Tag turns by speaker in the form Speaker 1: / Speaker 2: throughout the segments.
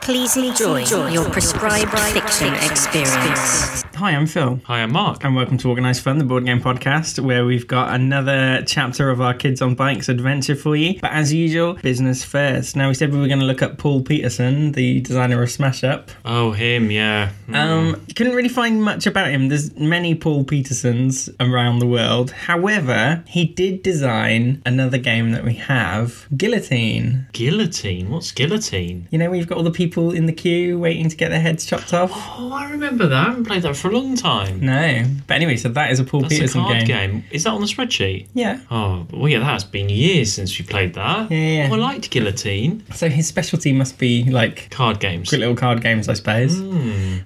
Speaker 1: Please enjoy your prescribed fiction experience.
Speaker 2: Hi, I'm Phil.
Speaker 3: Hi, I'm Mark.
Speaker 2: And welcome to Organised Fun, the board game podcast, where we've got another chapter of our Kids on Bikes adventure for you. But as usual, business first. Now, we said we were going to look up Paul Peterson, the designer of Smash Up.
Speaker 3: Oh, him, yeah. Mm.
Speaker 2: Um, couldn't really find much about him. There's many Paul Petersons around the world. However, he did design another game that we have, Guillotine.
Speaker 3: guillotine? What's guillotine?
Speaker 2: You know, we've got all the people in the queue waiting to get their heads chopped off.
Speaker 3: Oh, I remember that. I haven't played that for a long time.
Speaker 2: No, but anyway, so that is a Paul
Speaker 3: That's a
Speaker 2: Peterson
Speaker 3: card
Speaker 2: game.
Speaker 3: game. Is that on the spreadsheet?
Speaker 2: Yeah.
Speaker 3: Oh, well, yeah, that's been years since we played that.
Speaker 2: Yeah, yeah.
Speaker 3: Oh, I liked guillotine.
Speaker 2: So his specialty must be like
Speaker 3: Card games.
Speaker 2: Good little card games, I suppose.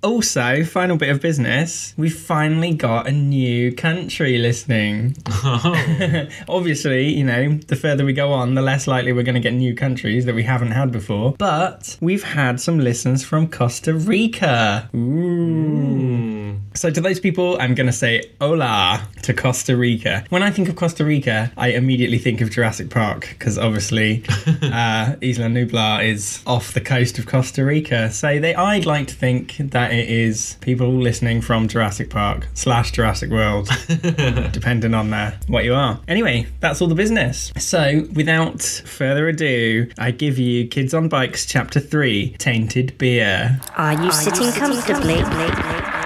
Speaker 2: Also, final bit of business. We finally got a new country listening.
Speaker 3: Oh.
Speaker 2: Obviously, you know, the further we go on, the less likely we're going to get new countries that we haven't had before. But we've had some listeners from Costa Rica. So, to those people, I'm going to say hola to Costa Rica. When I think of Costa Rica, I immediately think of Jurassic Park because obviously uh, Isla Nublar is off the coast of Costa Rica. So, they, I'd like to think that it is people listening from Jurassic Park slash Jurassic World, depending on uh, what you are. Anyway, that's all the business. So, without further ado, I give you Kids on Bikes Chapter 3 Tainted Beer.
Speaker 1: Are you sitting comfortably?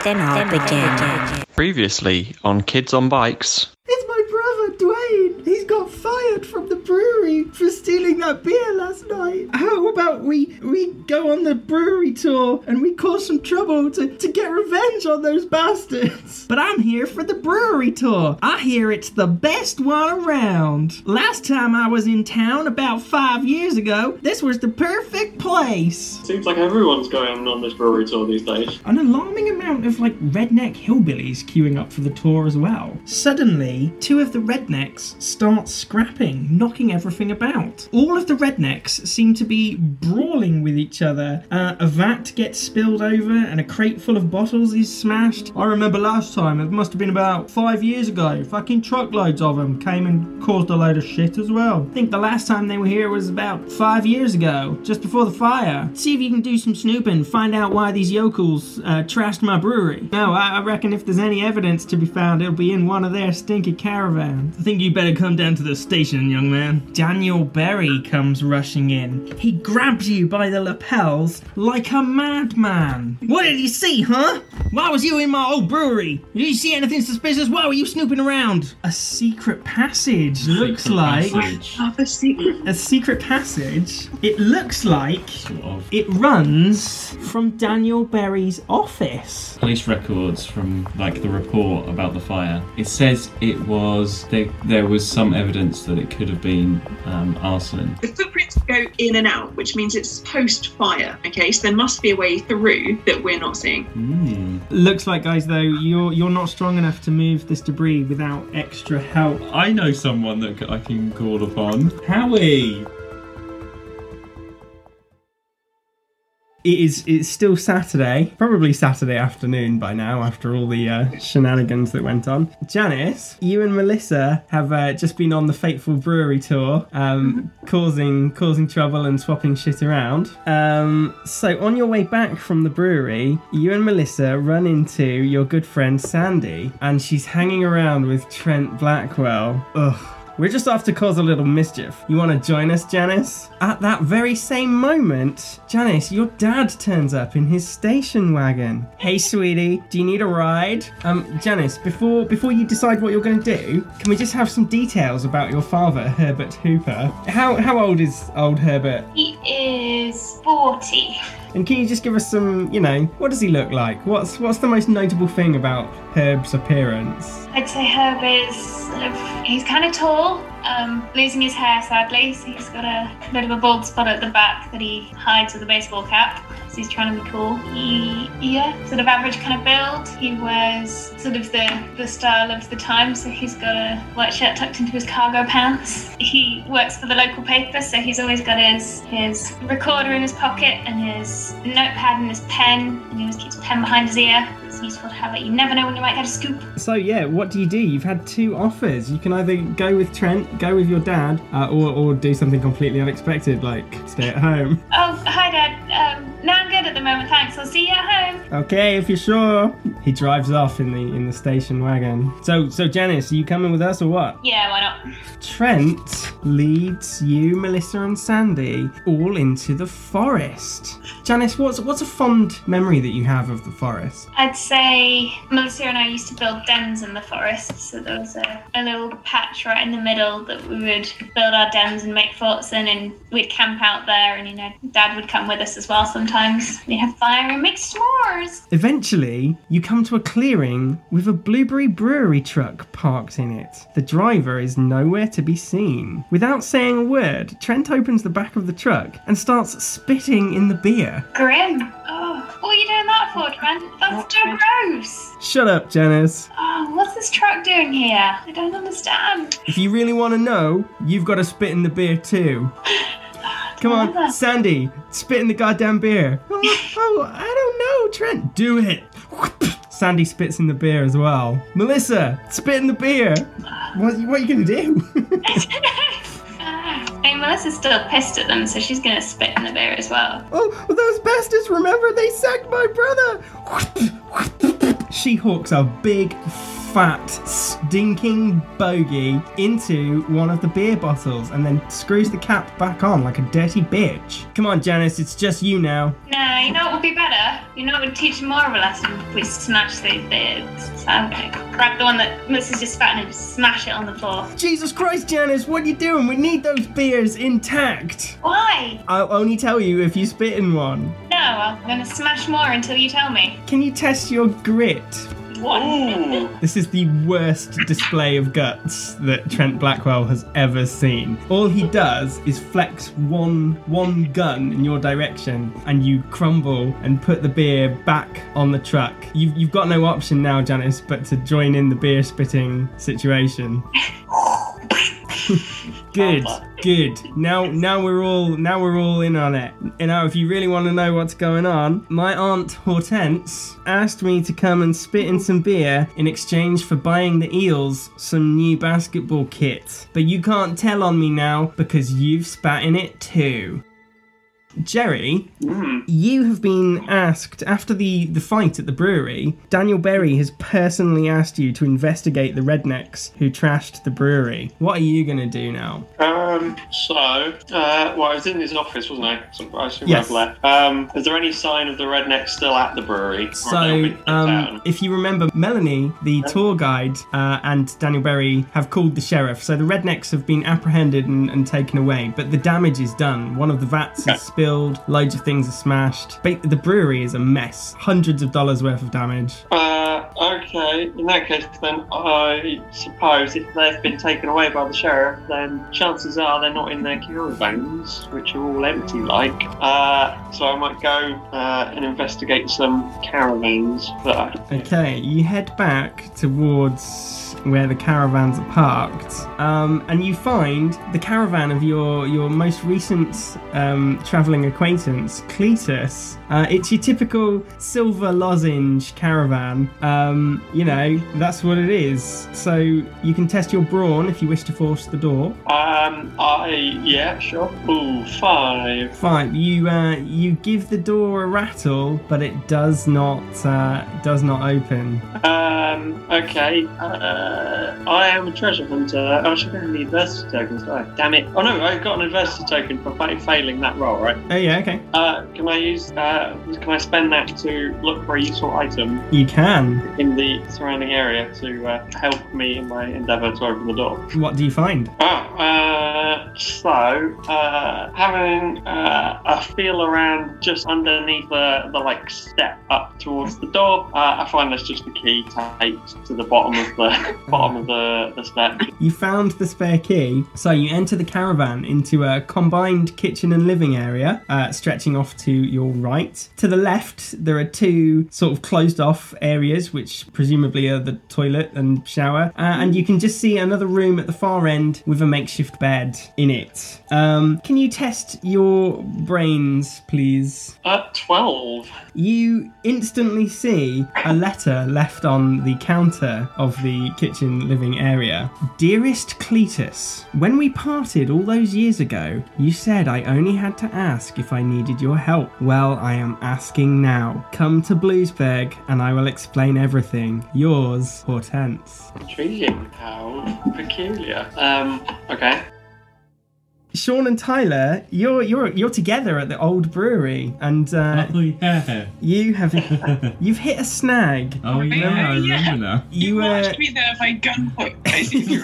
Speaker 1: Then I'll begin.
Speaker 4: Previously on Kids on Bikes.
Speaker 5: It's my brother, Dwayne. He's got fired from the brewery for stealing that beer last night. How about we we go on the brewery tour and we cause some trouble to, to get revenge on those bastards? But I'm here for the brewery tour. I hear it's the best one around. Last time I was in town about five years ago, this was the perfect place.
Speaker 6: Seems like everyone's going on this brewery tour these days.
Speaker 5: an alarming amount of like redneck hillbillies queuing up for the tour as well. Suddenly, two of the rednecks start scrapping, knocking everything about. All of the rednecks seem to be brawling with each other. Uh, a vat gets spilled over and a crate full of bottles is smashed. I remember last time, it must have been about five years ago, fucking truckloads of them came and caused a load of shit as well. I think the last time they were here was about five years ago, just before the fire. See if you can do some snooping, find out why these yokels uh, trashed my brewery. No, I, I reckon if there's any evidence to be found, it'll be in one of their stinky caravans. I think you better come down to the station, young man. Daniel Berry comes rushing in. He grabs you by the lapels like a madman. What did you see, huh? Why was you in my old brewery? Did you see anything suspicious? Why were you snooping around? A secret passage looks like.
Speaker 3: Passage.
Speaker 5: A secret passage. It looks like
Speaker 3: Sort of.
Speaker 5: it runs from Daniel Berry's office.
Speaker 7: police records from like the report about the fire. It says it was there, there was some evidence that it could have been um, arson.
Speaker 8: The footprints go in and out, which means it's post fire. Okay, so there must be a way through that we're not seeing.
Speaker 5: Looks like, guys, though you're you're not strong enough to move this debris without extra help.
Speaker 7: I know someone that c- I can call upon. Howie.
Speaker 5: It is. It's still Saturday, probably Saturday afternoon by now, after all the uh, shenanigans that went on. Janice, you and Melissa have uh, just been on the fateful brewery tour, um, causing causing trouble and swapping shit around. Um, so on your way back from the brewery, you and Melissa run into your good friend Sandy, and she's hanging around with Trent Blackwell. Ugh. We're just off to cause a little mischief. You want to join us, Janice? At that very same moment, Janice, your dad turns up in his station wagon. Hey, sweetie, do you need a ride? Um, Janice, before before you decide what you're going to do, can we just have some details about your father, Herbert Hooper? How how old is old Herbert?
Speaker 9: He is 40.
Speaker 5: And can you just give us some, you know, what does he look like? What's what's the most notable thing about Herb's appearance?
Speaker 9: I'd say Herb is. sort of- He's kind of tall, um, losing his hair sadly, so he's got a bit of a bald spot at the back that he hides with a baseball cap. So he's trying to be cool. He, yeah, sort of average kind of build. He wears sort of the, the style of the time, so he's got a white shirt tucked into his cargo pants. He works for the local paper, so he's always got his his recorder in his pocket and his notepad and his pen, and he always keeps a pen behind his ear. It's useful to have it. You never know when you might get a scoop.
Speaker 5: So yeah, what do you do? You've had two offers. You can either go with Trent, go with your dad, uh, or or do something completely unexpected like stay at home.
Speaker 9: Oh, hi, Dad. Um, no, I'm a moment. Thanks. I'll see you at home.
Speaker 10: Okay, if you're sure. He drives off in the in the station wagon. So so Janice, are you coming with us or what?
Speaker 9: Yeah, why not?
Speaker 10: Trent leads you, Melissa, and Sandy all into the forest. Janice, what's what's a fond memory that you have of the forest?
Speaker 9: I'd say Melissa and I used to build dens in the forest. So there was a, a little patch right in the middle that we would build our dens and make forts in, and we'd camp out there. And you know, Dad would come with us as well sometimes. We'd have fire and make s'mores.
Speaker 10: Eventually, you come to a clearing with a blueberry brewery truck parked in it. The driver is nowhere to be seen. Without saying a word, Trent opens the back of the truck and starts spitting in the beer.
Speaker 9: Grim. Oh, what are you doing that for, Trent? That's so gross.
Speaker 10: Shut up, Janice.
Speaker 9: Oh, what's this truck doing here? I don't understand.
Speaker 10: If you really want to know, you've got to spit in the beer too. Come on, Sandy, spit in the goddamn beer. Oh, oh, I don't know, Trent. Do it. Sandy spits in the beer as well. Melissa, spit in the beer. What, what are you gonna do?
Speaker 9: Ah, Hey, Melissa's still pissed at them, so she's gonna spit in the beer as well.
Speaker 10: oh, those bastards! Remember, they sacked my brother. she hawks a big, fat, stinking bogey into one of the beer bottles and then screws the cap back on like a dirty bitch. Come on, Janice, it's just you now.
Speaker 9: No, you know what would be better? You know what would teach them more of a lesson if we smash those beers. So I'm gonna grab the one that Melissa's just spat in and just smash it on the floor.
Speaker 10: Jesus Christ, Janice, what are you doing? We need those beers intact.
Speaker 9: Why?
Speaker 10: I'll only tell you if you spit in one.
Speaker 9: No, I'm gonna smash more until you tell me.
Speaker 10: Can you test your grit?
Speaker 9: What?
Speaker 10: This is the worst display of guts that Trent Blackwell has ever seen. All he does is flex one one gun in your direction, and you crumble and put the beer back on the truck. You've, you've got no option now, Janice, but to join in the beer spitting situation. Good, good. Now, now we're all now we're all in on it. And now, if you really want to know what's going on, my aunt Hortense asked me to come and spit in some beer in exchange for buying the eels some new basketball kit. But you can't tell on me now because you've spat in it too. Jerry, you have been asked after the, the fight at the brewery. Daniel Berry has personally asked you to investigate the rednecks who trashed the brewery. What are you gonna do now?
Speaker 6: Um, so, uh, well, I was in his office, wasn't I? So I assume
Speaker 10: Yes.
Speaker 6: I've left. Um, is there any sign of the redneck still at the brewery? Or have they all
Speaker 10: So,
Speaker 6: been kicked
Speaker 10: um,
Speaker 6: out?
Speaker 10: if you remember, Melanie, the tour guide, uh, and Daniel Berry have called the sheriff. So the rednecks have been apprehended and, and taken away, but the damage is done. One of the vats is spilled, loads of things are smashed. Ba- the brewery is a mess. Hundreds of dollars worth of damage.
Speaker 6: Uh, okay, in that case, then I suppose if they've been taken away by the sheriff, then chances are they're not in their caravans, which are all empty like. Uh, so I might go uh, and investigate some caravans that I.
Speaker 10: Okay, you head back towards where the caravans are parked, um, and you find the caravan of your your most recent um, traveling acquaintance, Cletus. Uh, it's your typical silver lozenge caravan. Um, you know that's what it is. So you can test your brawn if you wish to force the door.
Speaker 6: Um, I. Yeah, sure. Ooh, five.
Speaker 10: Fine, you uh, you give the door a rattle, but it does not uh, does not open.
Speaker 6: Um, okay. Uh, I am a treasure hunter. I should get an adversity token, should I? Damn it. Oh no, I got an adversity token for fa- failing that roll, right?
Speaker 10: Oh yeah, okay.
Speaker 6: Uh, can I use? Uh, can I spend that to look for a useful item
Speaker 10: You can.
Speaker 6: in the surrounding area to uh, help me in my endeavour to open the door?
Speaker 10: What do you find?
Speaker 6: Ah, uh, so uh, having uh, a feel around just underneath the, the like step up towards the door, uh, I find there's just the key taped to the bottom of the bottom of the, the step.
Speaker 10: You found the spare key, so you enter the caravan into a combined kitchen and living area, uh, stretching off to your right. To the left, there are two sort of closed off areas, which presumably are the toilet and shower, uh, and you can just see another room at the far end with a makeshift bed. in it. Um, can you test your brains, please?
Speaker 6: Uh, 12.
Speaker 10: You instantly see a letter left on the counter of the kitchen living area. Dearest Cletus, when we parted all those years ago, you said I only had to ask if I needed your help. Well, I am asking now. Come to Bluesburg and I will explain everything. Yours, Hortense.
Speaker 6: Intriguing. How peculiar. Um, okay.
Speaker 10: Sean and Tyler, you're you're you're together at the old brewery, and uh,
Speaker 7: Oh, yeah.
Speaker 10: you have you've hit a snag.
Speaker 7: Oh, yeah, I remember now.
Speaker 10: You uh, were
Speaker 7: uh,
Speaker 8: watched me there by gunpoint, basically.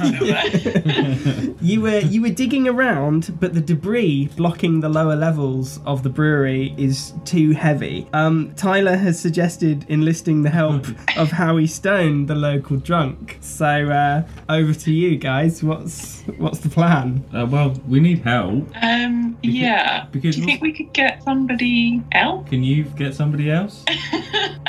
Speaker 8: remember?
Speaker 10: you were you were digging around, but the debris blocking the lower levels of the brewery is too heavy. Um, Tyler has suggested enlisting the help of Howie Stone, the local drunk. So uh, over to you guys. What's what's the plan?
Speaker 7: Uh, well, we need help.
Speaker 8: um, yeah.
Speaker 7: Because
Speaker 8: Do you think we could get somebody else?
Speaker 7: can you get somebody else?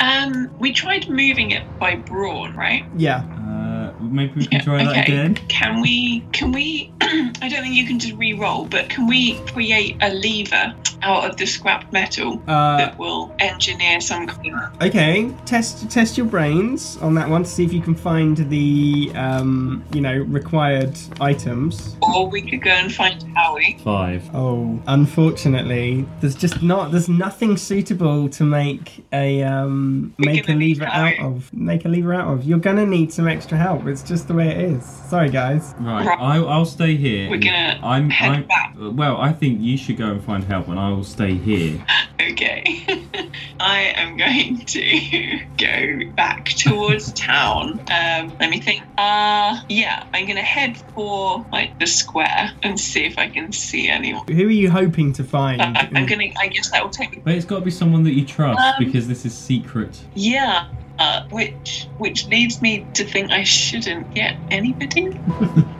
Speaker 8: Um, we tried moving it by brawn, right?
Speaker 10: Yeah.
Speaker 7: Uh, maybe we can
Speaker 8: Yeah,
Speaker 7: try that
Speaker 8: okay.
Speaker 7: again.
Speaker 8: Can we? Can we? I don't think you can just re-roll, but can we create a lever out of the scrap metal
Speaker 10: Uh,
Speaker 8: that will engineer some kind of
Speaker 10: okay. Test test your brains on that one to see if you can find the um, you know required items.
Speaker 8: Or we could go and find Howie.
Speaker 7: Five.
Speaker 10: Oh, unfortunately, there's just not there's nothing suitable to make a um
Speaker 8: We're
Speaker 10: make a
Speaker 8: gonna need
Speaker 10: lever out
Speaker 8: help.
Speaker 10: of. Make a lever out of. You're gonna need some extra help. It's just the way it is. Sorry, guys.
Speaker 7: Right,
Speaker 8: Right.
Speaker 7: I, I'll stay here.
Speaker 8: We're gonna
Speaker 7: I'm,
Speaker 8: head
Speaker 7: I'm,
Speaker 8: back.
Speaker 7: Well, I think you should go and find help, and I will stay here.
Speaker 8: Okay. I am going to go back towards town. Um, let me think. Uh, yeah, I'm going to head for like the square and see if I can see anyone.
Speaker 10: Who are you hoping to find?
Speaker 8: Uh, I'm going to, I guess that will take me.
Speaker 7: But it's got to be someone that you trust
Speaker 8: Um,
Speaker 7: because this is secret.
Speaker 8: Yeah. Uh, which which leads me to think I shouldn't get anybody.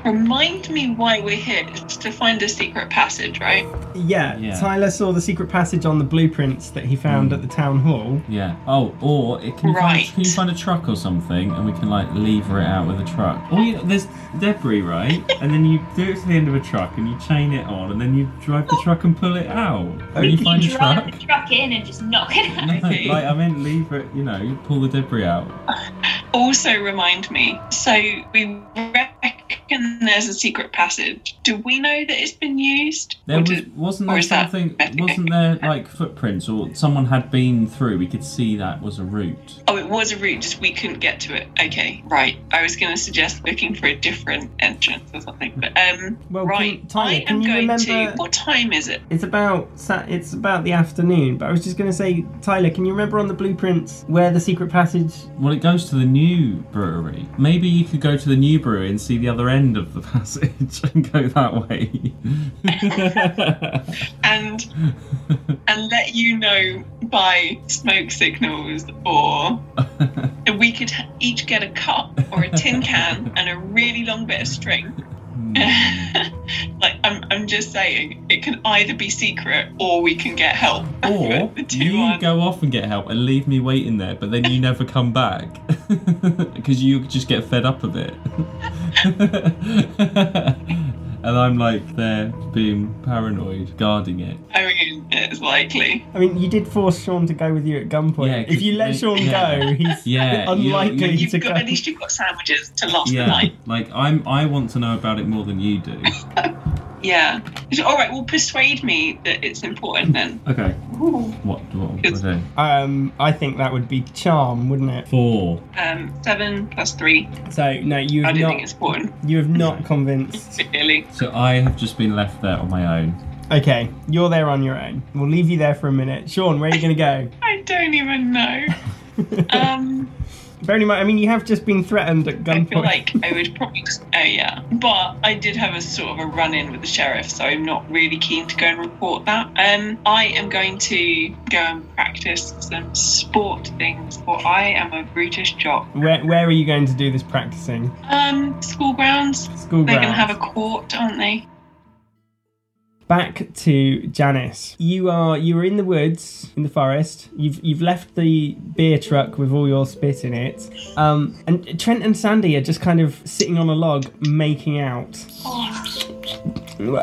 Speaker 8: Remind me why we're here. It's to find a secret passage, right?
Speaker 10: yeah,
Speaker 7: Yeah. Hmm.
Speaker 10: Tyler saw the secret passage on the blueprints that he found at the town hall.
Speaker 7: Yeah. Oh, or it, can, you
Speaker 8: Right.
Speaker 7: find, can you find a truck or something, and we can like lever it out with a truck? Or you know, there's debris, right? and then you do it to the end of a truck, and you chain it on, and then you drive the truck and pull it out. When you
Speaker 10: Okay.
Speaker 7: find a
Speaker 9: Drive
Speaker 7: truck.
Speaker 9: the truck in and just knock it
Speaker 7: No,
Speaker 9: out.
Speaker 7: like I meant lever it. You know, pull the debris out.
Speaker 8: also remind me so we reckon there's a secret passage do we know that it's been used
Speaker 7: There
Speaker 8: Or
Speaker 7: was,
Speaker 8: do-
Speaker 7: wasn't
Speaker 8: or
Speaker 7: there
Speaker 8: is that
Speaker 7: something?
Speaker 8: better?
Speaker 7: Wasn't there like footprints or someone had been through? We could see that was a route.
Speaker 8: oh it was a route just we couldn't get to it okay right i was going to suggest looking for a different entrance or something but um
Speaker 10: Well, can-
Speaker 8: right
Speaker 10: Tyler,
Speaker 8: i
Speaker 10: can
Speaker 8: am
Speaker 10: you
Speaker 8: going to
Speaker 10: remember-
Speaker 8: what time is it
Speaker 10: It's about sa- it's about the afternoon, but I was just gonna say, Tyler, can you remember on the blueprints where the secret passage?
Speaker 7: Well, it goes to the new brewery. Maybe you could go to the new brewery and see the other end of the passage and go that way.
Speaker 8: and and let you know by smoke signals or we could ha- each get a cup or a tin can and a really long bit of string
Speaker 7: Hmm.
Speaker 8: like I'm, I'm just saying it can either be secret or we can get help
Speaker 7: or
Speaker 8: The two
Speaker 7: you
Speaker 8: are-
Speaker 7: go off and get help and leave me waiting there, but then you never come back because you just get fed up of it. and I'm like there being paranoid, guarding it.
Speaker 8: i mean it's likely
Speaker 10: I mean, you did force Sean to go with you at gunpoint.
Speaker 7: Yeah,
Speaker 10: if you let
Speaker 7: yeah.
Speaker 10: Sean go, he's
Speaker 7: Yeah, you-
Speaker 10: unlikely
Speaker 7: you-
Speaker 10: to
Speaker 8: you've
Speaker 10: go.
Speaker 8: got at least you've got sandwiches to last the
Speaker 7: Yeah,
Speaker 8: night
Speaker 7: like I'm. I want to know about it more than you do.
Speaker 8: yeah So, all right well persuade me that it's important then
Speaker 7: Okay. What? What?
Speaker 8: It's-
Speaker 7: What? I do?
Speaker 10: Um, I think that would be charm, wouldn't it?
Speaker 7: Four.
Speaker 8: um seven plus three
Speaker 10: So no, you
Speaker 8: i
Speaker 10: have
Speaker 8: don't
Speaker 10: not.
Speaker 8: think it's important
Speaker 10: You have not convinced.
Speaker 8: really
Speaker 7: So I have just been left there on my own.
Speaker 10: Okay, you're there on your own. We'll leave you there for a minute. Sean, where are you going to
Speaker 8: I don't even know. um,
Speaker 10: go? Bearing in mind, I mean, you have just been threatened at
Speaker 8: I feel
Speaker 10: gunpoint.
Speaker 8: like I would probably just. Oh, yeah. But I did have a sort of a run in with the sheriff, so I'm not really keen to go and report that. Um, I am going to go and practice some sport things, for I am a brutish jock.
Speaker 10: where, where are you going to do this practicing?
Speaker 8: Um, school grounds.
Speaker 10: School
Speaker 8: They're going to
Speaker 10: grounds.
Speaker 8: have a court, aren't they?
Speaker 10: Back to Janice. You are you were in the woods in the forest. You've you've left the beer truck with all your spit in it. Um, and Trent and Sandy are just kind of sitting on a log making out.
Speaker 9: Oh,
Speaker 10: mm,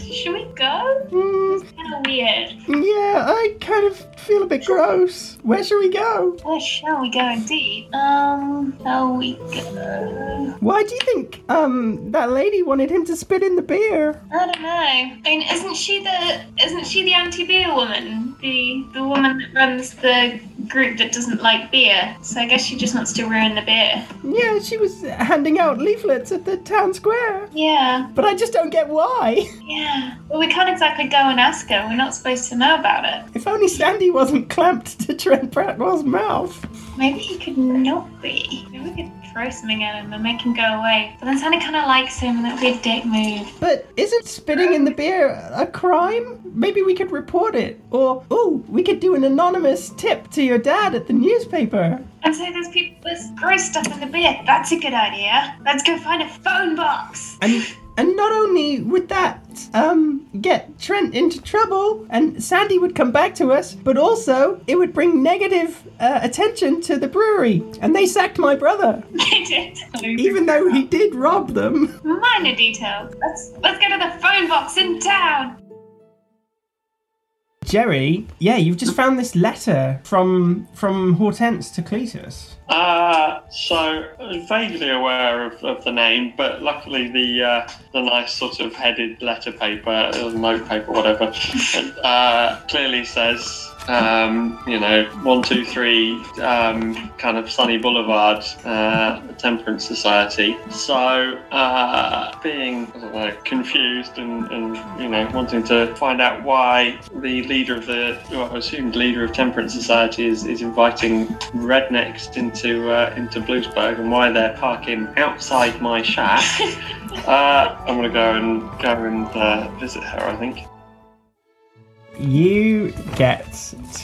Speaker 9: Should we go? It's kind of weird.
Speaker 10: mm, Yeah, I kind of feel a bit gross. Where should we go?
Speaker 9: Where shall we go, indeed? Um, shall we go?
Speaker 10: Why do you think um that lady wanted him to spit in the beer?
Speaker 9: I don't know. I mean, isn't she the isn't she the anti-beer woman? The the woman that runs the group that doesn't like beer. So I guess she just wants to ruin the beer.
Speaker 10: Yeah, she was handing out leaflets at the town square.
Speaker 9: Yeah,
Speaker 10: But I just don't get why.
Speaker 9: yeah. Well, we can't exactly go and ask her. We're not supposed to know about it.
Speaker 10: If only Sandy wasn't clamped to Trent Bradwell's mouth.
Speaker 9: Maybe he could not be. Maybe we could throw something at him and make him go away. But then Santa kind of likes him, and that would be a dick move.
Speaker 10: But isn't spitting in the beer a crime? Maybe we could report it. Or, ooh, we could do an anonymous tip to your dad at the newspaper.
Speaker 9: And so there's people, there's gross stuff in the beer. That's a good idea. Let's go find a phone box.
Speaker 10: And and not only would that um get Trent into trouble and Sandy would come back to us, but also it would bring negative uh, attention to the brewery. And they sacked my brother,
Speaker 9: They did.
Speaker 10: even though he did rob them.
Speaker 9: Minor details. Let's let's go to the phone box in town.
Speaker 10: Jerry, yeah, you've just found this letter from from Hortense to Cletus.
Speaker 6: Uh, so I'm vaguely aware of, of the name, but luckily the uh, the nice sort of headed letter paper, or note paper, whatever, uh, clearly says. Um, you know, one, two, three, um, kind of Sunny Boulevard, uh, Temperance Society. So, uh, being I don't know, confused and, and you know wanting to find out why the leader of the, well, I assumed leader of Temperance Society is, is inviting rednecks into uh, into Bloomsburg and why they're parking outside my shack. uh, I'm gonna go and go and uh, visit her. I think.
Speaker 10: You get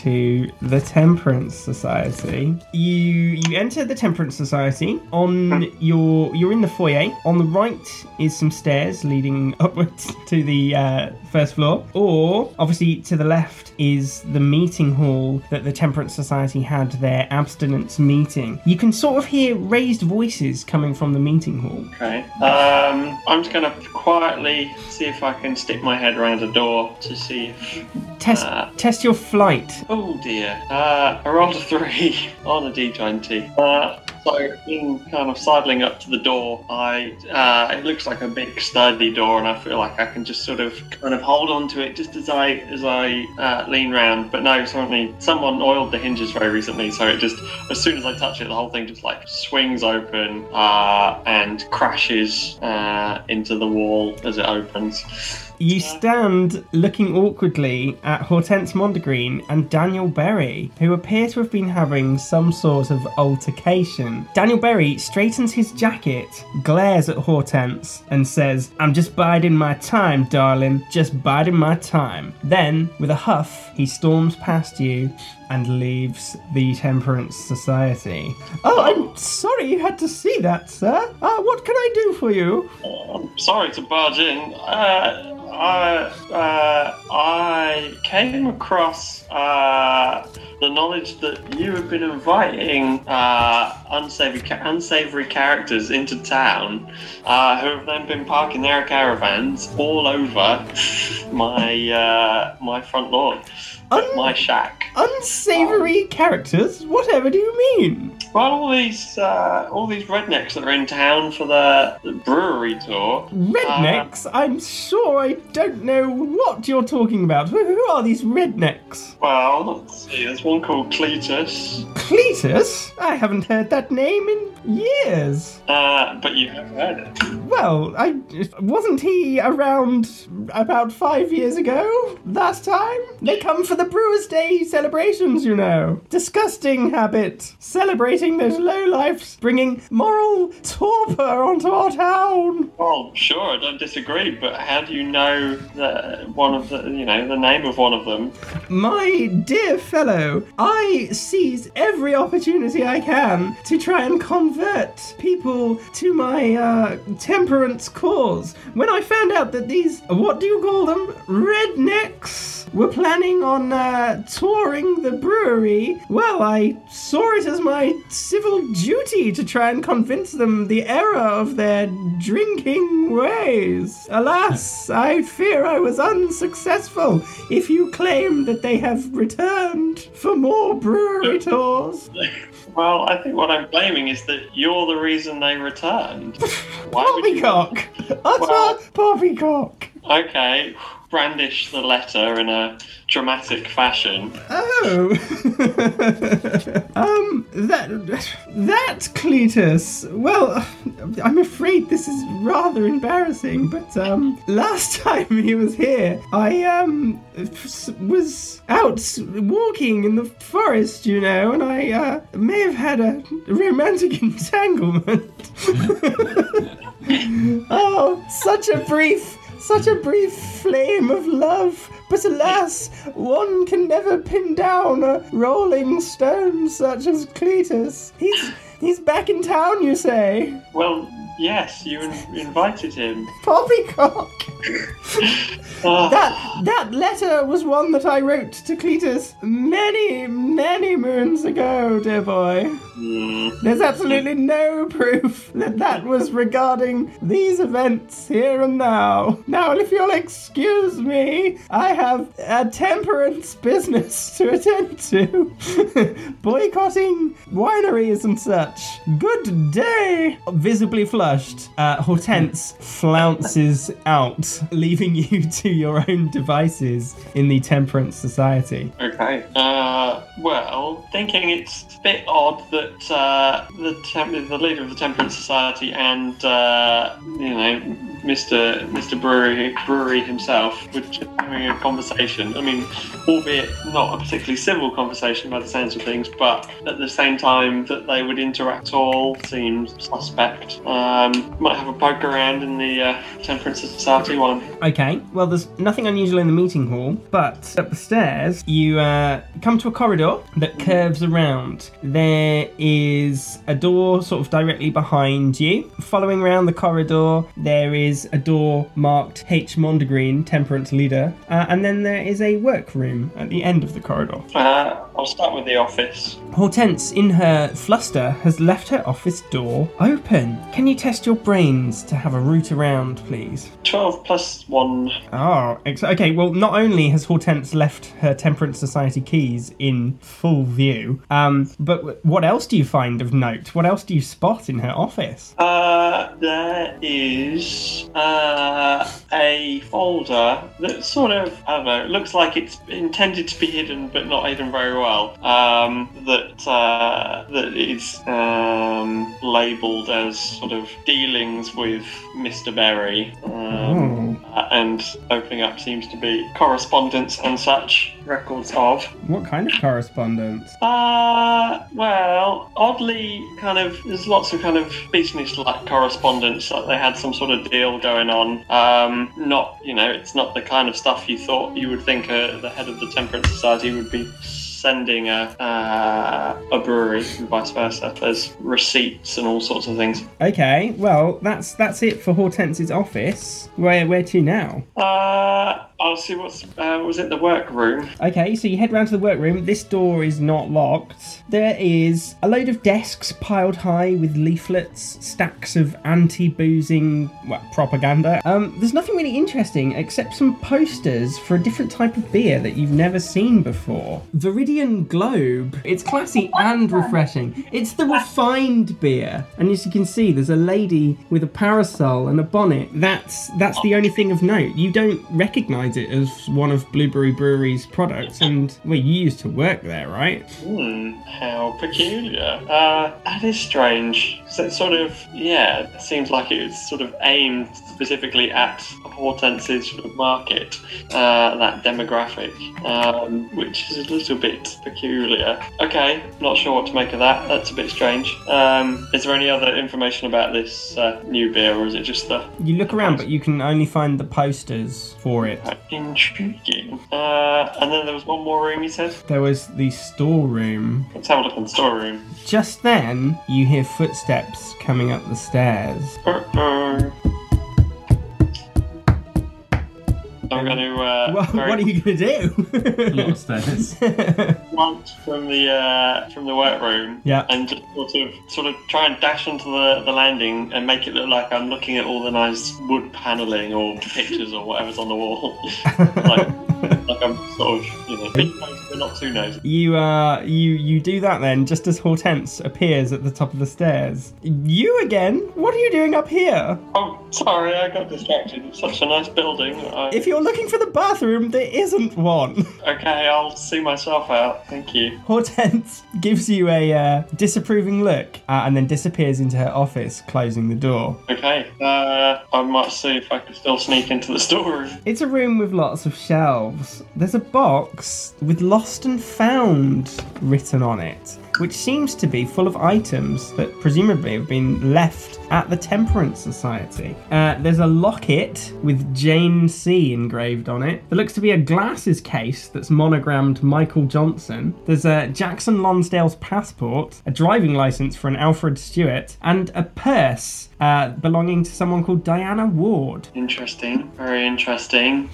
Speaker 10: to the Temperance Society. You you enter the Temperance Society. On your you're in the foyer. On the right is some stairs leading upwards to the uh, first floor. Or obviously to the left is the meeting hall that the Temperance Society had their abstinence meeting. You can sort of hear raised voices coming from the meeting hall.
Speaker 6: Okay. Um, I'm just gonna quietly see if I can stick my head around a door to see if.
Speaker 10: Test
Speaker 6: Ah.
Speaker 10: test your flight.
Speaker 6: Oh dear. Uh, I rolled a three on a d20. Uh, so, in kind of sidling up to the door, I uh, it looks like a big sturdy door, and I feel like I can just sort of kind of hold on to it just as I as I uh, lean round. But no, suddenly someone oiled the hinges very recently, so it just as soon as I touch it, the whole thing just like swings open uh, and crashes uh, into the wall as it opens.
Speaker 10: You stand looking awkwardly at Hortense Mondegreen and Daniel Berry, who appear to have been having some sort of altercation. Daniel Berry straightens his jacket, glares at Hortense, and says, I'm just biding my time, darling, just biding my time. Then, with a huff, he storms past you and leaves the Temperance Society. Oh, I'm sorry you had to see that, sir. Uh, what can I do for you?
Speaker 6: I'm sorry to barge in. Uh, I, uh, I came across uh, the knowledge that you have been inviting uh, unsavory, ca- unsavory characters into town uh, who have then been parking their caravans all over my uh, my front lawn,
Speaker 10: Un-
Speaker 6: my shack.
Speaker 10: Unsavory characters? Whatever do you mean?
Speaker 6: Well, all these uh, all these rednecks that are in town for the, the brewery tour.
Speaker 10: Rednecks? I'm sure I don't know what you're talking about. Who, who are these rednecks?
Speaker 6: Well, let's see. There's one called Cletus.
Speaker 10: Cletus? I haven't heard that name in years.
Speaker 6: Uh, but you have heard it.
Speaker 10: Well, I wasn't he around about five years ago? Last time? They come for the Brewers' Day celebrations, you know. Disgusting habit. Celebrating those lowlifes, bringing moral torpor onto our town.
Speaker 6: Well, sure, I don't disagree, but how do you know that one of the, you know, the name of one of them?
Speaker 10: My dear fellow, So I seize every opportunity I can to try and convert people to my uh, temperance cause. When I found out that these, what do you call them? Rednecks were planning on uh, touring the brewery, well, I saw it as my civil duty to try and convince them the error of their drinking ways. Alas, I fear I was unsuccessful if you claim that they have returned for more brewery tours.
Speaker 6: Well, I think what I'm blaming is that you're the reason they returned. Why would you?
Speaker 10: Poppycock! Utter
Speaker 6: Well-
Speaker 10: poppycock!
Speaker 6: Okay, brandish the letter in a dramatic fashion.
Speaker 10: Oh. um, that that Cletus. Well, I'm afraid this is rather embarrassing, but um, last time he was here, I um was out walking in the forest, you know, and I uh, may have had a romantic entanglement. Oh, such a brief, such a brief flame of love. But alas, one can never pin down a rolling stone such as Cletus. He's he's back in town, you say?
Speaker 6: Well, yes, you in- invited him.
Speaker 10: Poppycock.
Speaker 6: Oh,
Speaker 10: That that letter was one that I wrote to Cletus many, many moons ago, dear boy. There's absolutely no proof that that was regarding these events here and now. Now, if you'll excuse me, I have a temperance business to attend to. Boycotting wineries and such. Good day! Visibly flushed, uh, Hortense flounces out, leaving you to your own devices in the Temperance Society.
Speaker 6: Okay. Uh, well, thinking it's a bit odd that uh, the temp- the leader of the Temperance Society and uh, you know Mr. Mr. Brewery Brewery himself were just having a conversation. I mean, albeit not a particularly civil conversation by the sounds of things, but at the same time that they would interact at all seems suspect. Um, might have a poke around in the uh, Temperance Society one.
Speaker 10: Okay. Well, there's nothing unusual in the meeting hall, but up the stairs you uh, come to a corridor that curves around. There is a door sort of directly behind you. Following around the corridor, there is a door marked H. Mondegreen, Temperance Leader, uh, and then there is a workroom at the end of the corridor.
Speaker 6: Uh, I'll start with the office.
Speaker 10: Hortense, in her fluster, has left her office door open. Can you test your brains to have a route around, please?
Speaker 6: 12 plus 1
Speaker 10: Oh, ex- okay. Well, not only has Hortense left her Temperance Society keys in full view, um, but w- what else do you find of note? What else do you spot in her office?
Speaker 6: Uh, there is uh, a folder that sort of, I don't know, looks like it's intended to be hidden but not hidden very well. Um, that, uh, that is um, labeled as sort of dealings with Mr. Berry.
Speaker 10: Oh,
Speaker 6: Um, uh, And opening up seems to be correspondence and such, records of.
Speaker 10: What kind of correspondence?
Speaker 6: Uh, well, oddly, kind of, there's lots of kind of business-like correspondence. Like they had some sort of deal going on. Um, not, you know, it's not the kind of stuff you thought you would think uh, the head of the Temperance Society would be sending a uh, a brewery and vice versa. There's receipts and all sorts of things.
Speaker 10: Okay, well, that's that's it for Hortense's office. Where where to now?
Speaker 6: Uh, I'll see what's uh, was it the workroom?
Speaker 10: Okay, so you head round to the workroom. This door is not locked. There is a load of desks piled high with leaflets, stacks of anti-boozing well, propaganda. Um, there's nothing really interesting except some posters for a different type of beer that you've never seen before. Viridian Globe. It's classy and refreshing. It's the refined beer, and as you can see, there's a lady with a parasol and a bonnet. That's that's the only thing of note. You don't recognise it as one of Blueberry Brewery's products, and well, you used to work there, right?
Speaker 6: Hmm, how peculiar. Uh, that is strange. So it sort of, yeah, it seems like it's sort of aimed specifically at Hortense's sort of market, uh, that demographic, um, which is a little bit peculiar. Okay, not sure what to make of that. That's a bit strange. Um, is there any other information about this uh, new beer, or is it just the.
Speaker 10: You look around, but you can only find the posters for it.
Speaker 6: uh, Intriguing. Uh, and then there was one more room, you said?
Speaker 10: There was the storeroom.
Speaker 6: Let's have a look in the storeroom.
Speaker 10: Just then, you hear footsteps coming up the stairs.
Speaker 6: Uh-oh. I'm going to uh,
Speaker 10: Well,
Speaker 6: very
Speaker 10: what are you going
Speaker 7: A lot
Speaker 10: to
Speaker 7: of stairs.
Speaker 10: do?
Speaker 6: blunt from the uh, from the workroom
Speaker 10: Yeah.
Speaker 6: and just sort of sort of try and dash onto the, the landing and make it look like I'm looking at all the nice wood paneling or pictures or whatever's on the wall. like, like I'm sort of you know big nose but not too nosy.
Speaker 10: You uh, you you do that then, just as Hortense appears at the top of the stairs. You again? What are you doing up here?
Speaker 6: Oh, sorry, I got distracted. It's such a nice building. I,
Speaker 10: If you're looking for the bathroom, there isn't one.
Speaker 6: okay, I'll see myself out. Thank you.
Speaker 10: Hortense gives you a uh, disapproving look uh, and then disappears into her office, closing the door.
Speaker 6: Okay, uh, I might see if I can still sneak into the storeroom.
Speaker 10: It's a room with lots of shelves. There's a box with lost and found written on it, which seems to be full of items that presumably have been left at the Temperance Society. Uh, there's a locket with Jane C engraved on it. There looks to be a glasses case that's monogrammed Michael Johnson. There's a Jackson Lonsdale's passport, a driving license for an Alfred Stewart, and a purse uh, belonging to someone called Diana Ward.
Speaker 6: Interesting, very interesting.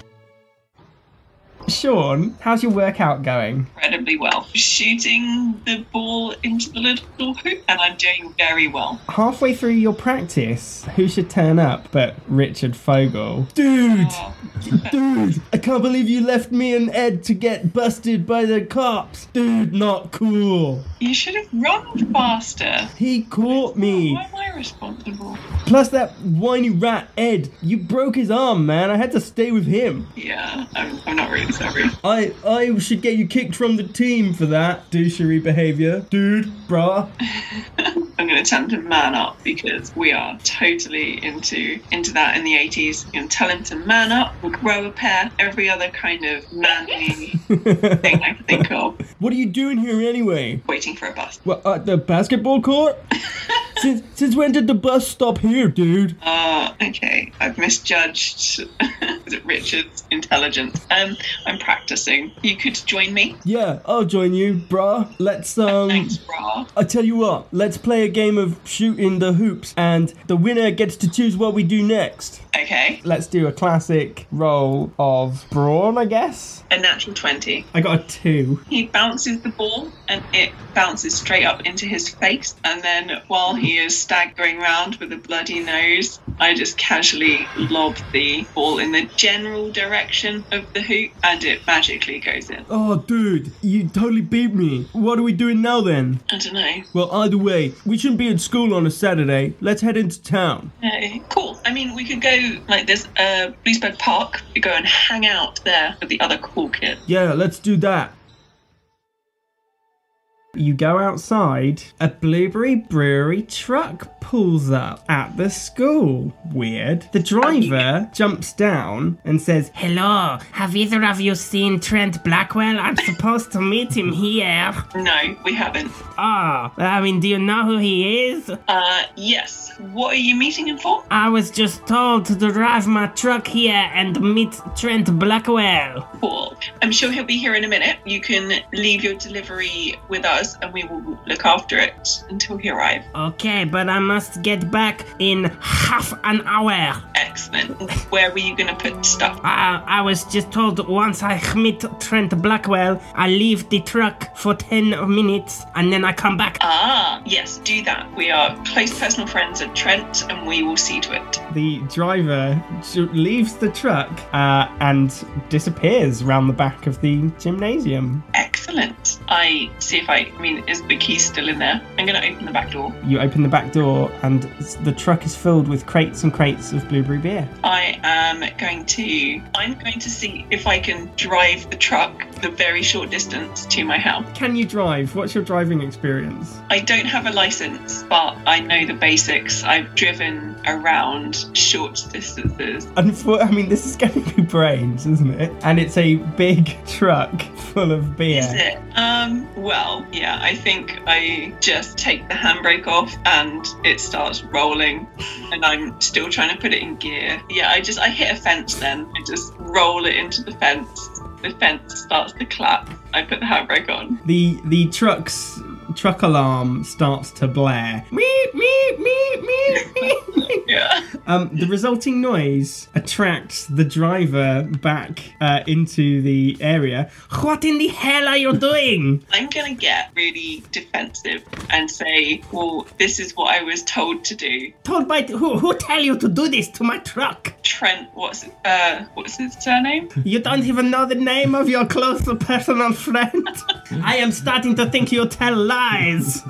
Speaker 10: Sean, how's your workout going?
Speaker 8: incredibly well. Shooting the ball into the little hoop, and I'm doing very well.
Speaker 10: Halfway through your practice, who should turn up but Richard Fogel? Dude!
Speaker 8: Oh,
Speaker 10: Dude! I can't believe you left me and Ed to get busted by the cops! Dude, not cool!
Speaker 8: you should have run faster.
Speaker 10: He caught me!
Speaker 8: Why am I responsible?
Speaker 10: Plus that whiny rat Ed, you broke his arm, man. I had to stay with him.
Speaker 8: Yeah, I'm, I'm not really sorry.
Speaker 10: I I should get you kicked from the team for that douchery behavior. Dude, bruh.
Speaker 8: I'm going to tell him to man up because we are totally into into that in the 80s. I'm going to tell him to man up, we'll grow a pair, every other kind of manly thing I can think of.
Speaker 10: What are you doing here anyway?
Speaker 8: Waiting for a bus.
Speaker 10: Well, uh, the basketball court? since since when did the bus stop here, dude?
Speaker 8: Ah, okay. I've misjudged is it Richard's intelligence. Um, I'm practicing. You could join me.
Speaker 10: Yeah, I'll join you, bruh. Let's um.
Speaker 8: Thanks, Ra.
Speaker 10: I tell you what, let's play a game of shooting the hoops, and the winner gets to choose what we do next.
Speaker 8: Okay,
Speaker 10: Let's do a classic roll of brawn, I guess.
Speaker 8: a natural 20.
Speaker 10: I got a two.
Speaker 8: He bounces the ball and it bounces straight up into his face. And then while he is staggering round with a bloody nose, I just casually lob the ball in the general direction of the hoop and it magically goes in.
Speaker 10: Oh, dude, you totally beat me. What are we doing now then?
Speaker 8: I don't know.
Speaker 10: Well, either way, we shouldn't be at school on a Saturday. Let's head into town.
Speaker 8: Okay, cool. I mean, we could go like there's uh, Bluesburg Park. We go and hang out there with the other cool kids.
Speaker 10: Yeah, let's do that. You go outside, a blueberry brewery truck pulls up at the school. Weird. The driver jumps down and says, Hello, have either of you seen Trent Blackwell? I'm supposed to meet him here.
Speaker 8: No, we haven't.
Speaker 10: Ah, I mean, do you know who he is?
Speaker 8: Uh, yes. What are you meeting him for?
Speaker 10: I was just told to drive my truck here and meet Trent Blackwell.
Speaker 8: Cool. I'm sure he'll be here in a minute. You can leave your delivery with us, and we will look after it until he arrives.
Speaker 10: Okay, but I must get back in half an hour.
Speaker 8: Excellent. Where were you going to put stuff?
Speaker 10: I, Uh, I was just told once I meet Trent Blackwell, I leave the truck for 10 minutes and then I come back.
Speaker 8: Ah, yes. Do that. We are close personal friends of Trent, and we will see to it.
Speaker 10: The driver j- leaves the truck uh, and disappears round the back of the gymnasium.
Speaker 8: Excellent. I see if I, I mean, is the key still in there? I'm going to open the back door.
Speaker 10: You open the back door and s- the truck is filled with crates and crates of blueberry beer.
Speaker 8: I am going to. I'm going to see if I can drive the truck the very short distance to my house.
Speaker 10: Can you drive? What's your driving experience?
Speaker 8: I don't have a license, but I know the basics. I've driven around short distances.
Speaker 10: Unfor- I mean, this is going to be brains, isn't it? And it's a big truck full of beer.
Speaker 8: Is it? Um, well, yeah, I think I just take the handbrake off and it starts rolling and I'm still trying to put it in gear. Yeah, I just I hit a fence then. I just roll it into the fence. The fence starts to clap. I put the handbrake on.
Speaker 10: The the truck's truck alarm starts to blare. Meep meep meep meep meep.
Speaker 8: Yeah.
Speaker 10: Um, the resulting noise attracts the driver back uh, into the area. What in the hell are you doing?
Speaker 8: I'm gonna get really defensive and say, Well, this is what I was told to do.
Speaker 10: Told by who? Who tell you to do this to my truck?
Speaker 8: Trent what's uh what's his surname?
Speaker 10: You don't even know the name of your close personal friend. I am starting to think you tell lies.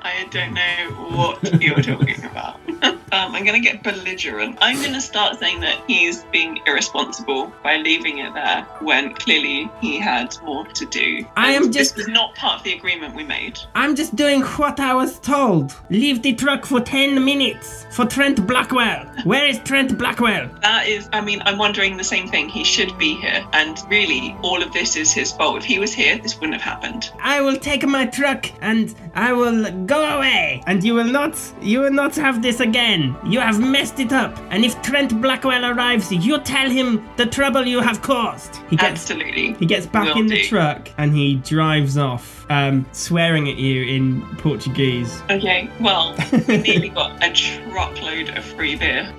Speaker 8: I don't know what you're talking about. um, I'm going to get belligerent. I'm going to start saying that he's being irresponsible by leaving it there when clearly he had more to do.
Speaker 10: I am
Speaker 8: And
Speaker 10: just-
Speaker 8: This was not part of the agreement we made.
Speaker 10: I'm just doing what I was told. Leave the truck for 10 minutes for Trent Blackwell. Where is Trent Blackwell?
Speaker 8: That is, I mean, I'm wondering the same thing. He should be here. And really, all of this is his fault. If he was here, this wouldn't have happened.
Speaker 10: I will take my truck and I will go away. And you will not you will not have this again. You have messed it up. And if Trent Blackwell arrives, you tell him the trouble you have caused. He gets
Speaker 8: Absolutely.
Speaker 10: he gets back
Speaker 8: Will
Speaker 10: in the
Speaker 8: do.
Speaker 10: truck and he drives off, um, swearing at you in Portuguese.
Speaker 8: Okay, well, we nearly got a truckload of free beer.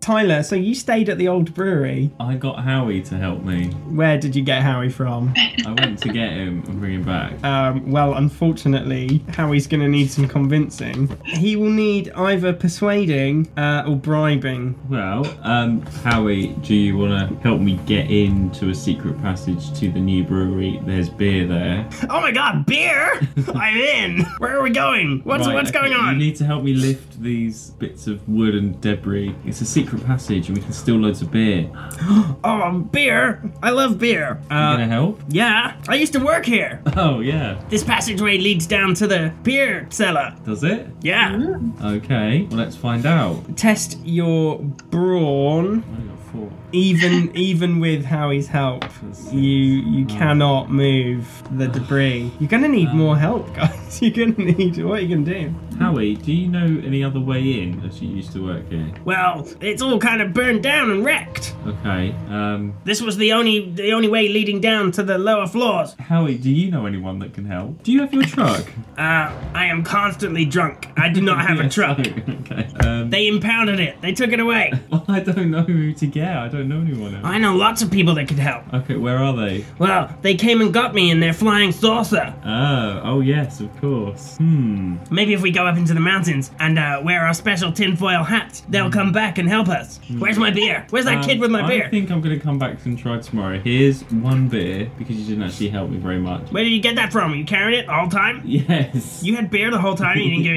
Speaker 10: Tyler, so you stayed at the old brewery.
Speaker 7: I got Howie to help me.
Speaker 10: Where did you get Howie from?
Speaker 7: I went to get him and bring him back.
Speaker 10: Um, well, unfortunately, Howie's going to need some convincing. He will need either persuading uh, or bribing.
Speaker 7: Well, um, Howie, do you want to help me get into a secret passage to the new brewery? There's beer there.
Speaker 10: Oh my god, beer! I'm in! Where are we going? What's,
Speaker 7: Right,
Speaker 10: what's
Speaker 7: okay,
Speaker 10: going on?
Speaker 7: You need to help me lift these bits of wood and debris. It's a secret passage, and we can steal loads of beer.
Speaker 10: oh, beer! I love beer.
Speaker 7: you
Speaker 10: Uh,
Speaker 7: gonna help?
Speaker 10: yeah, I used to work here.
Speaker 7: Oh yeah.
Speaker 10: This passageway leads down to the beer cellar.
Speaker 7: Does it?
Speaker 10: Yeah.
Speaker 7: Okay. Well, let's find out.
Speaker 10: Test your brawn.
Speaker 7: I got four.
Speaker 10: Even even with Howie's help, you you cannot move the debris. You're gonna need more help, guys. You're gonna need. What are you gonna do?
Speaker 7: Howie, do you know any other way in? As you used to work here.
Speaker 10: Well, it's all kind of burned down and wrecked.
Speaker 7: Okay. Um,
Speaker 10: This was the only the only way leading down to the lower floors.
Speaker 7: Howie, do you know anyone that can help? Do you have your truck?
Speaker 10: Uh, I am constantly drunk. I do not have a
Speaker 7: Yes,
Speaker 10: truck.
Speaker 7: Okay. Um,
Speaker 10: They impounded it. They took it away.
Speaker 7: well, I don't know who to get. I don't know anyone else.
Speaker 10: I know lots of people that could help.
Speaker 7: Okay, where are they?
Speaker 10: Well, they came and got me in their flying saucer.
Speaker 7: Oh, oh yes, of course. Hmm.
Speaker 10: Maybe if we go up into the mountains and uh, wear our special tinfoil hats, they'll come back and help us. Where's my beer? Where's that
Speaker 7: Hmm. Um,
Speaker 10: kid with my
Speaker 7: I
Speaker 10: beer?
Speaker 7: think I'm gonna come back and try tomorrow. Here's one beer because you didn't actually help me very much.
Speaker 10: Where did you get that from? You carried it all the time?
Speaker 7: Yes.
Speaker 10: You had beer the whole time and you didn't give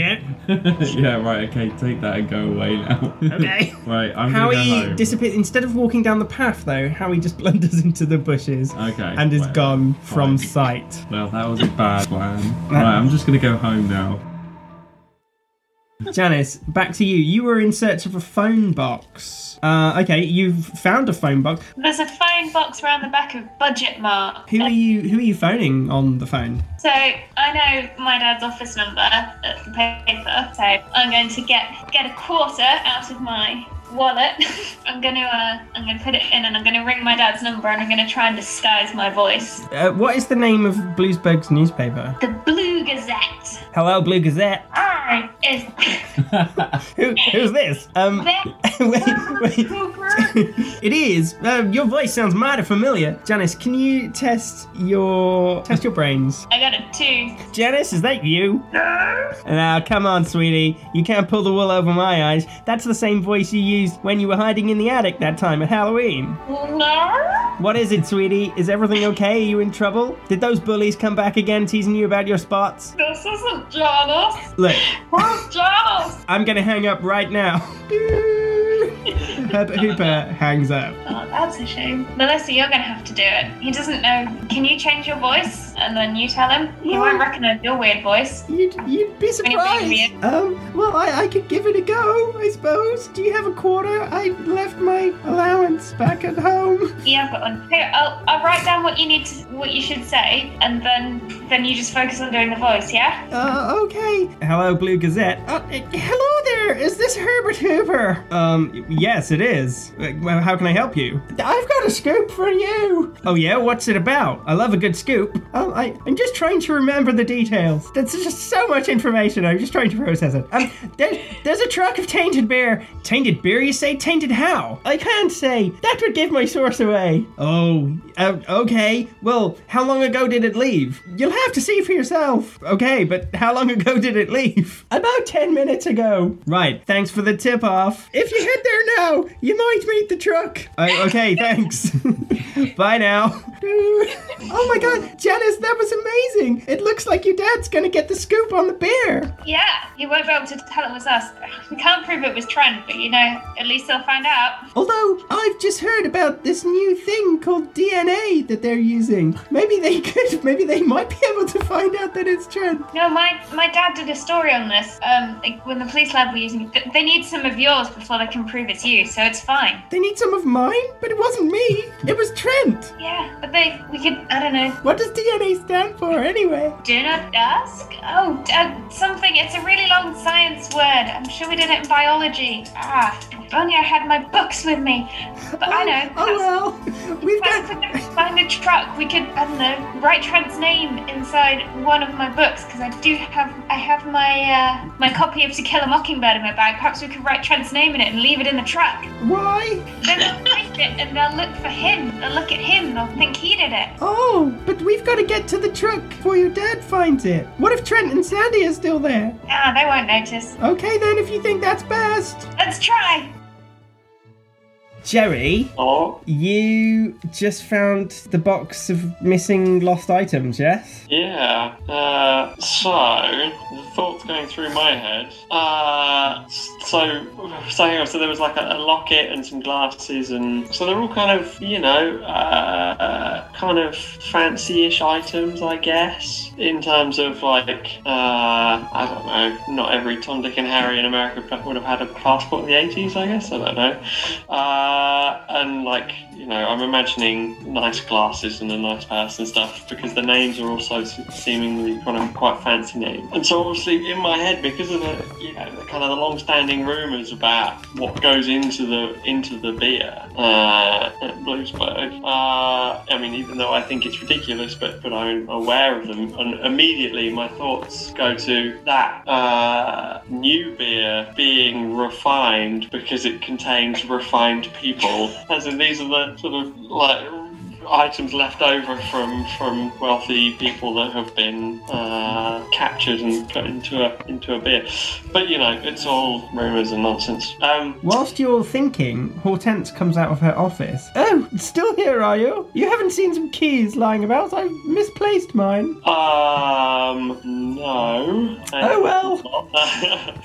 Speaker 10: it?
Speaker 7: yeah, right, okay, take that and go away now.
Speaker 10: Okay.
Speaker 7: right, I'm gonna go
Speaker 10: Howie
Speaker 7: home.
Speaker 10: disappears. Instead of walking down the path, though, Howie just blunders into the bushes
Speaker 7: Okay,
Speaker 10: and is
Speaker 7: whatever.
Speaker 10: gone from
Speaker 7: Uh, Fine.
Speaker 10: sight.
Speaker 7: Well, that was a bad plan. right, I'm just gonna go home now.
Speaker 10: Janice, back to you. You were in search of a phone box. Uh, okay, you've found a phone box.
Speaker 9: There's a phone box around the back of Budget Mart.
Speaker 10: Who are you? Who are you phoning on the phone?
Speaker 9: So I know my dad's office number at the paper. So I'm going to get get a quarter out of my wallet. I'm going to uh, I'm going to put it in and I'm going to ring my dad's number and I'm going to try and disguise my voice.
Speaker 10: Uh, what is the name of Bluesburg's newspaper?
Speaker 9: The Blue Gazette.
Speaker 10: Hello, Blue Gazette.
Speaker 9: I is
Speaker 10: Who, who's this? Um, wait, wait. it is. Um, your voice sounds mighty familiar. Janice, can you test your test your brains?
Speaker 9: I got a two.
Speaker 10: Janice, is that you? Now, come on, sweetie. You can't pull the wool over my eyes. That's the same voice you used when you were hiding in the attic that time at Halloween.
Speaker 9: No.
Speaker 10: What is it, sweetie? Is everything okay? Are you in trouble? Did those bullies come back again teasing you about your spots?
Speaker 9: This isn't Janice.
Speaker 10: Look,
Speaker 9: Where's Janice?
Speaker 10: I'm gonna hang up right now. Herbert Hooper hangs up.
Speaker 9: Oh, that's a shame. Melissa, you're going to have to do it. He doesn't know. Can you change your voice? And then you tell him. He won't recognise your weird voice.
Speaker 10: You'd, you'd be
Speaker 9: When you're being
Speaker 10: surprised. Um, well, I, I could give it a go, I suppose. Do you have a quarter? I left my allowance back at home.
Speaker 9: Yeah, but on here, I'll, I'll write down what you need to, what you should say, and then then you just focus on doing the voice. Yeah.
Speaker 10: Uh, okay. Hello, Blue Gazette. Uh, eh, hello there. Is this Herbert Hooper? Um, yes, it is. Uh, well, How can I help you? I've got a scoop for you. Oh yeah, what's it about? I love a good scoop. Um, I, I'm just trying to remember the details. That's just so much information. I'm just trying to process it. Um, there, there's a truck of tainted beer. Tainted beer, you say? Tainted how? I can't say. That would give my source away. Oh, uh, okay. Well, how long ago did it leave? You'll have to see for yourself. Okay, but how long ago did it leave? About 10 minutes ago. Right, thanks for the tip off. If you head there now, you might meet the truck. Uh, okay, thanks. Bye now. oh my god, Janice, that was amazing. It looks like your dad's gonna get the scoop on the beer.
Speaker 9: Yeah. He won't be able to tell it was us. We can't prove it was Trent, but you know, at least they'll find out.
Speaker 10: Although, I've just heard about this new thing called DNA that they're using. Maybe they could, maybe they might be able to find out that it's Trent.
Speaker 9: No, my my dad did a story on this. Um, like when the police lab were using it, Th- they need some of yours before they can prove it's you, so it's fine.
Speaker 10: They need some of mine, but it wasn't me. It was Trent.
Speaker 9: Yeah, but they we could I don't know.
Speaker 10: What does DNA stand for anyway?
Speaker 9: Do not ask. Oh, uh, something. It's a really long science word. I'm sure we did it in biology. Ah, if only I had my books with me. But I know.
Speaker 10: Oh uh,
Speaker 9: that's-
Speaker 10: well, we've
Speaker 9: Perhaps
Speaker 10: got.
Speaker 9: if we find the truck, we could, I don't know, write Trent's name inside one of my books because I do have, I have my uh, my copy of To Kill a Mockingbird in my bag. Perhaps we could write Trent's name in it and leave it in the truck.
Speaker 10: Why?
Speaker 9: Then they'll find it and they'll look for him. They'll look at him. They'll think he did it.
Speaker 10: Oh, but we've got to get to the truck before your dad finds it. What if Trent and Sandy are still there?
Speaker 9: Ah, they won't notice.
Speaker 10: Okay then, if you think that's best.
Speaker 9: Let's try.
Speaker 10: Jerry,
Speaker 6: Oh,
Speaker 10: you just found the box of missing lost items, yes?
Speaker 6: yeah. Uh, so, the thoughts going through my head. Uh, so, so, hang on, so there was like a, a locket and some glasses, and so they're all kind of, you know, uh, kind of fancy ish items, I guess, in terms of like, uh, I don't know, not every Tom, Dick, and Harry in America would have had a passport in the 80s, I guess, I don't know. Uh, and like, you know, I'm imagining nice glasses and a nice purse and stuff because the names are also s- seemingly kind of quite fancy names. And so, obviously, in my head, because of the you know the kind of the long-standing rumours about what goes into the into the beer uh, at Bloomsburg, uh, I mean, even though I think it's ridiculous, but but I'm aware of them, and immediately my thoughts go to that uh, new beer being refined because it contains refined people. As in, these are the sort of like items left over from from wealthy people that have been uh, captured and put into a into a beer. But you know, it's all rumours and nonsense. Um,
Speaker 10: Whilst you're thinking, Hortense comes out of her office. Oh, still here, are you? You haven't seen some keys lying about? I misplaced mine.
Speaker 6: Um, no.
Speaker 10: Oh, well.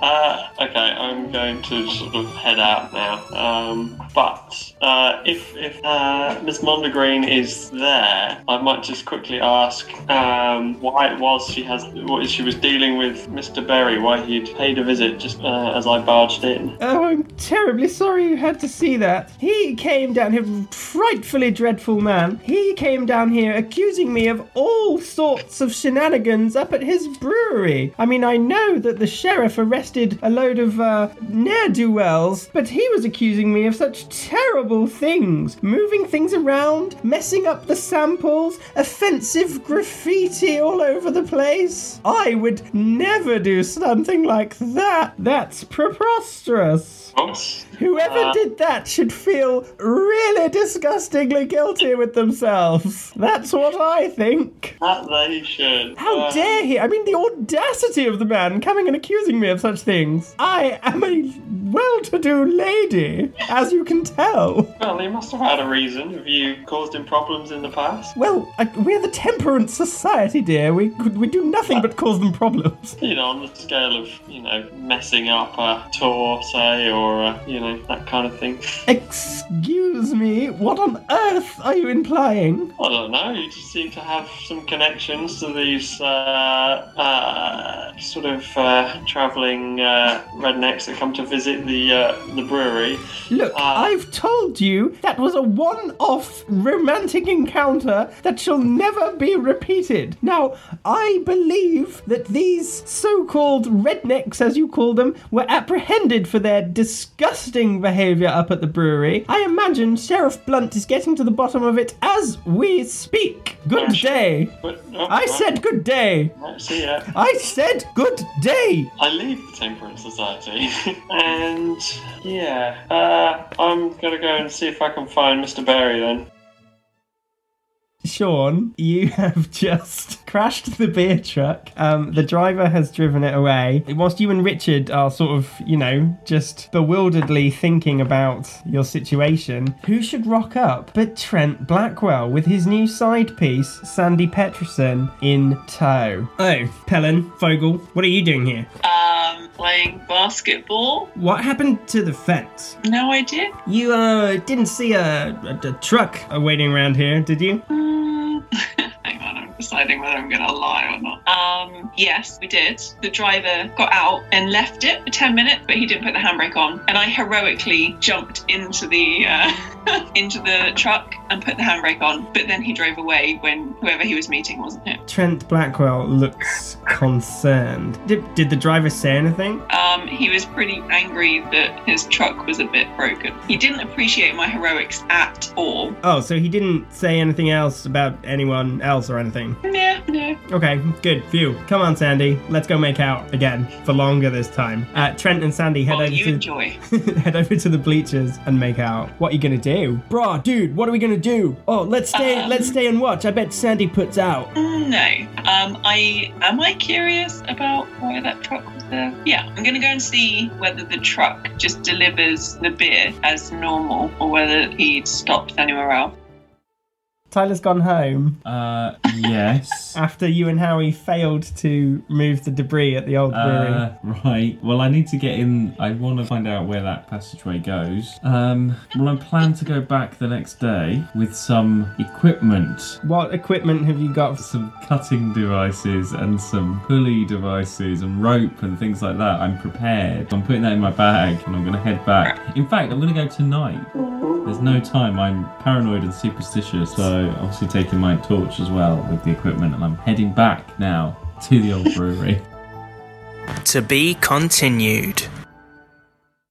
Speaker 6: uh, okay, I'm going to sort of head out now. Um, but uh, if if uh, Miss Mondegreen is there, I might just quickly ask um, why it was she has what she was dealing with Mr. Berry, why he'd paid a visit just uh, as I barged in.
Speaker 10: Oh, I'm terribly sorry you had to see that. He came down here, frightfully dreadful man. He came down here accusing me of all sorts of shenanigans up at his brewery. I mean, I know that the sheriff arrested a load of uh, ne'er do wells, but he was accusing me of such terrible things moving things around, messing up the samples, offensive graffiti all over the place. I would never do something like that. That's preposterous.
Speaker 6: Oops.
Speaker 10: Whoever did that should feel really disgustingly guilty with themselves. That's what I think.
Speaker 6: That they should.
Speaker 10: How
Speaker 6: Uh,
Speaker 10: dare he? I mean, the audacity of the man coming and accusing me of such things. I am a well to do lady, as you can tell.
Speaker 6: Well, he must have had a reason. Have you caused him problems in the past?
Speaker 10: Well, I, we're the temperance society, dear. We could, we do nothing but cause them problems.
Speaker 6: You know, on the scale of, you know, messing up a tour, say, or, uh, you know, that kind of thing.
Speaker 10: Excuse me, what on earth are you implying?
Speaker 6: I don't know. You just seem to have some connections to these uh, uh, sort of uh, travelling uh, rednecks that come to visit the uh, the brewery.
Speaker 10: Look,
Speaker 6: Uh,
Speaker 10: I've told you that was a one off romantic encounter that shall never be repeated. Now, I believe that these so called rednecks, as you call them, were apprehended for their disgusting behaviour up at the brewery. I imagine Sheriff Blunt is getting to the bottom of it as we speak. Good day.
Speaker 6: But, oh,
Speaker 10: I
Speaker 6: right.
Speaker 10: said good day.
Speaker 6: Right, see ya.
Speaker 10: I said good day.
Speaker 6: I leave the Temperance Society, and yeah, uh, I'm gonna go and see if I can find Mr. Barry then.
Speaker 10: Sean, you have just crashed the beer truck. Um, the driver has driven it away. Whilst you and Richard are sort of, you know, just bewilderedly thinking about your situation, who should rock up but Trent Blackwell with his new side piece, Sandy Peterson, in tow? Oh, Pellin, Fogel, what are you doing here?
Speaker 8: Um, playing basketball?
Speaker 10: What happened to the fence?
Speaker 8: No idea.
Speaker 10: You uh, didn't see a, a, a truck uh, waiting around here, did you?
Speaker 8: Mm. Hang on, I'm deciding whether I'm gonna lie or not. Um, yes, we did. The driver got out and left it for 10 minutes, but he didn't put the handbrake on. And I heroically jumped into the uh, into the truck and put the handbrake on. But then he drove away when whoever he was meeting wasn't here.
Speaker 10: Trent Blackwell looks concerned. Did, did the driver say anything?
Speaker 8: Um, he was pretty angry that his truck was a bit broken. He didn't appreciate my heroics at all.
Speaker 10: Oh, so he didn't say anything else about anyone else or anything.
Speaker 8: No, no.
Speaker 10: Okay, good. Phew. Come on, Sandy. Let's go make out again for longer this time. Uh, Trent and Sandy head
Speaker 8: Well,
Speaker 10: over
Speaker 8: you
Speaker 10: to
Speaker 8: enjoy.
Speaker 10: head over to the bleachers and make out. What are you gonna do, Bruh, Dude, what are we gonna do? Oh, let's stay.
Speaker 8: Um.
Speaker 10: let's stay and watch. I bet Sandy puts out.
Speaker 8: No. Um, I am I curious about why that truck was there. Yeah, I'm gonna go and see whether the truck just delivers the beer as normal, or whether he stops anywhere else.
Speaker 10: Tyler's gone home
Speaker 7: Uh, yes.
Speaker 10: after you and Howie failed to move the debris at the old brewery.
Speaker 7: Uh, right. Well, I need to get in. I want to find out where that passageway goes. Um, well, I plan to go back the next day with some equipment.
Speaker 10: What equipment have you got?
Speaker 7: Some cutting devices and some pulley devices and rope and things like that. I'm prepared. I'm putting that in my bag and I'm going to head back. In fact, I'm going to go tonight. There's no time. I'm paranoid and superstitious, so obviously taking my torch as well with the equipment, and I'm heading back now to the old brewery.
Speaker 11: To be continued.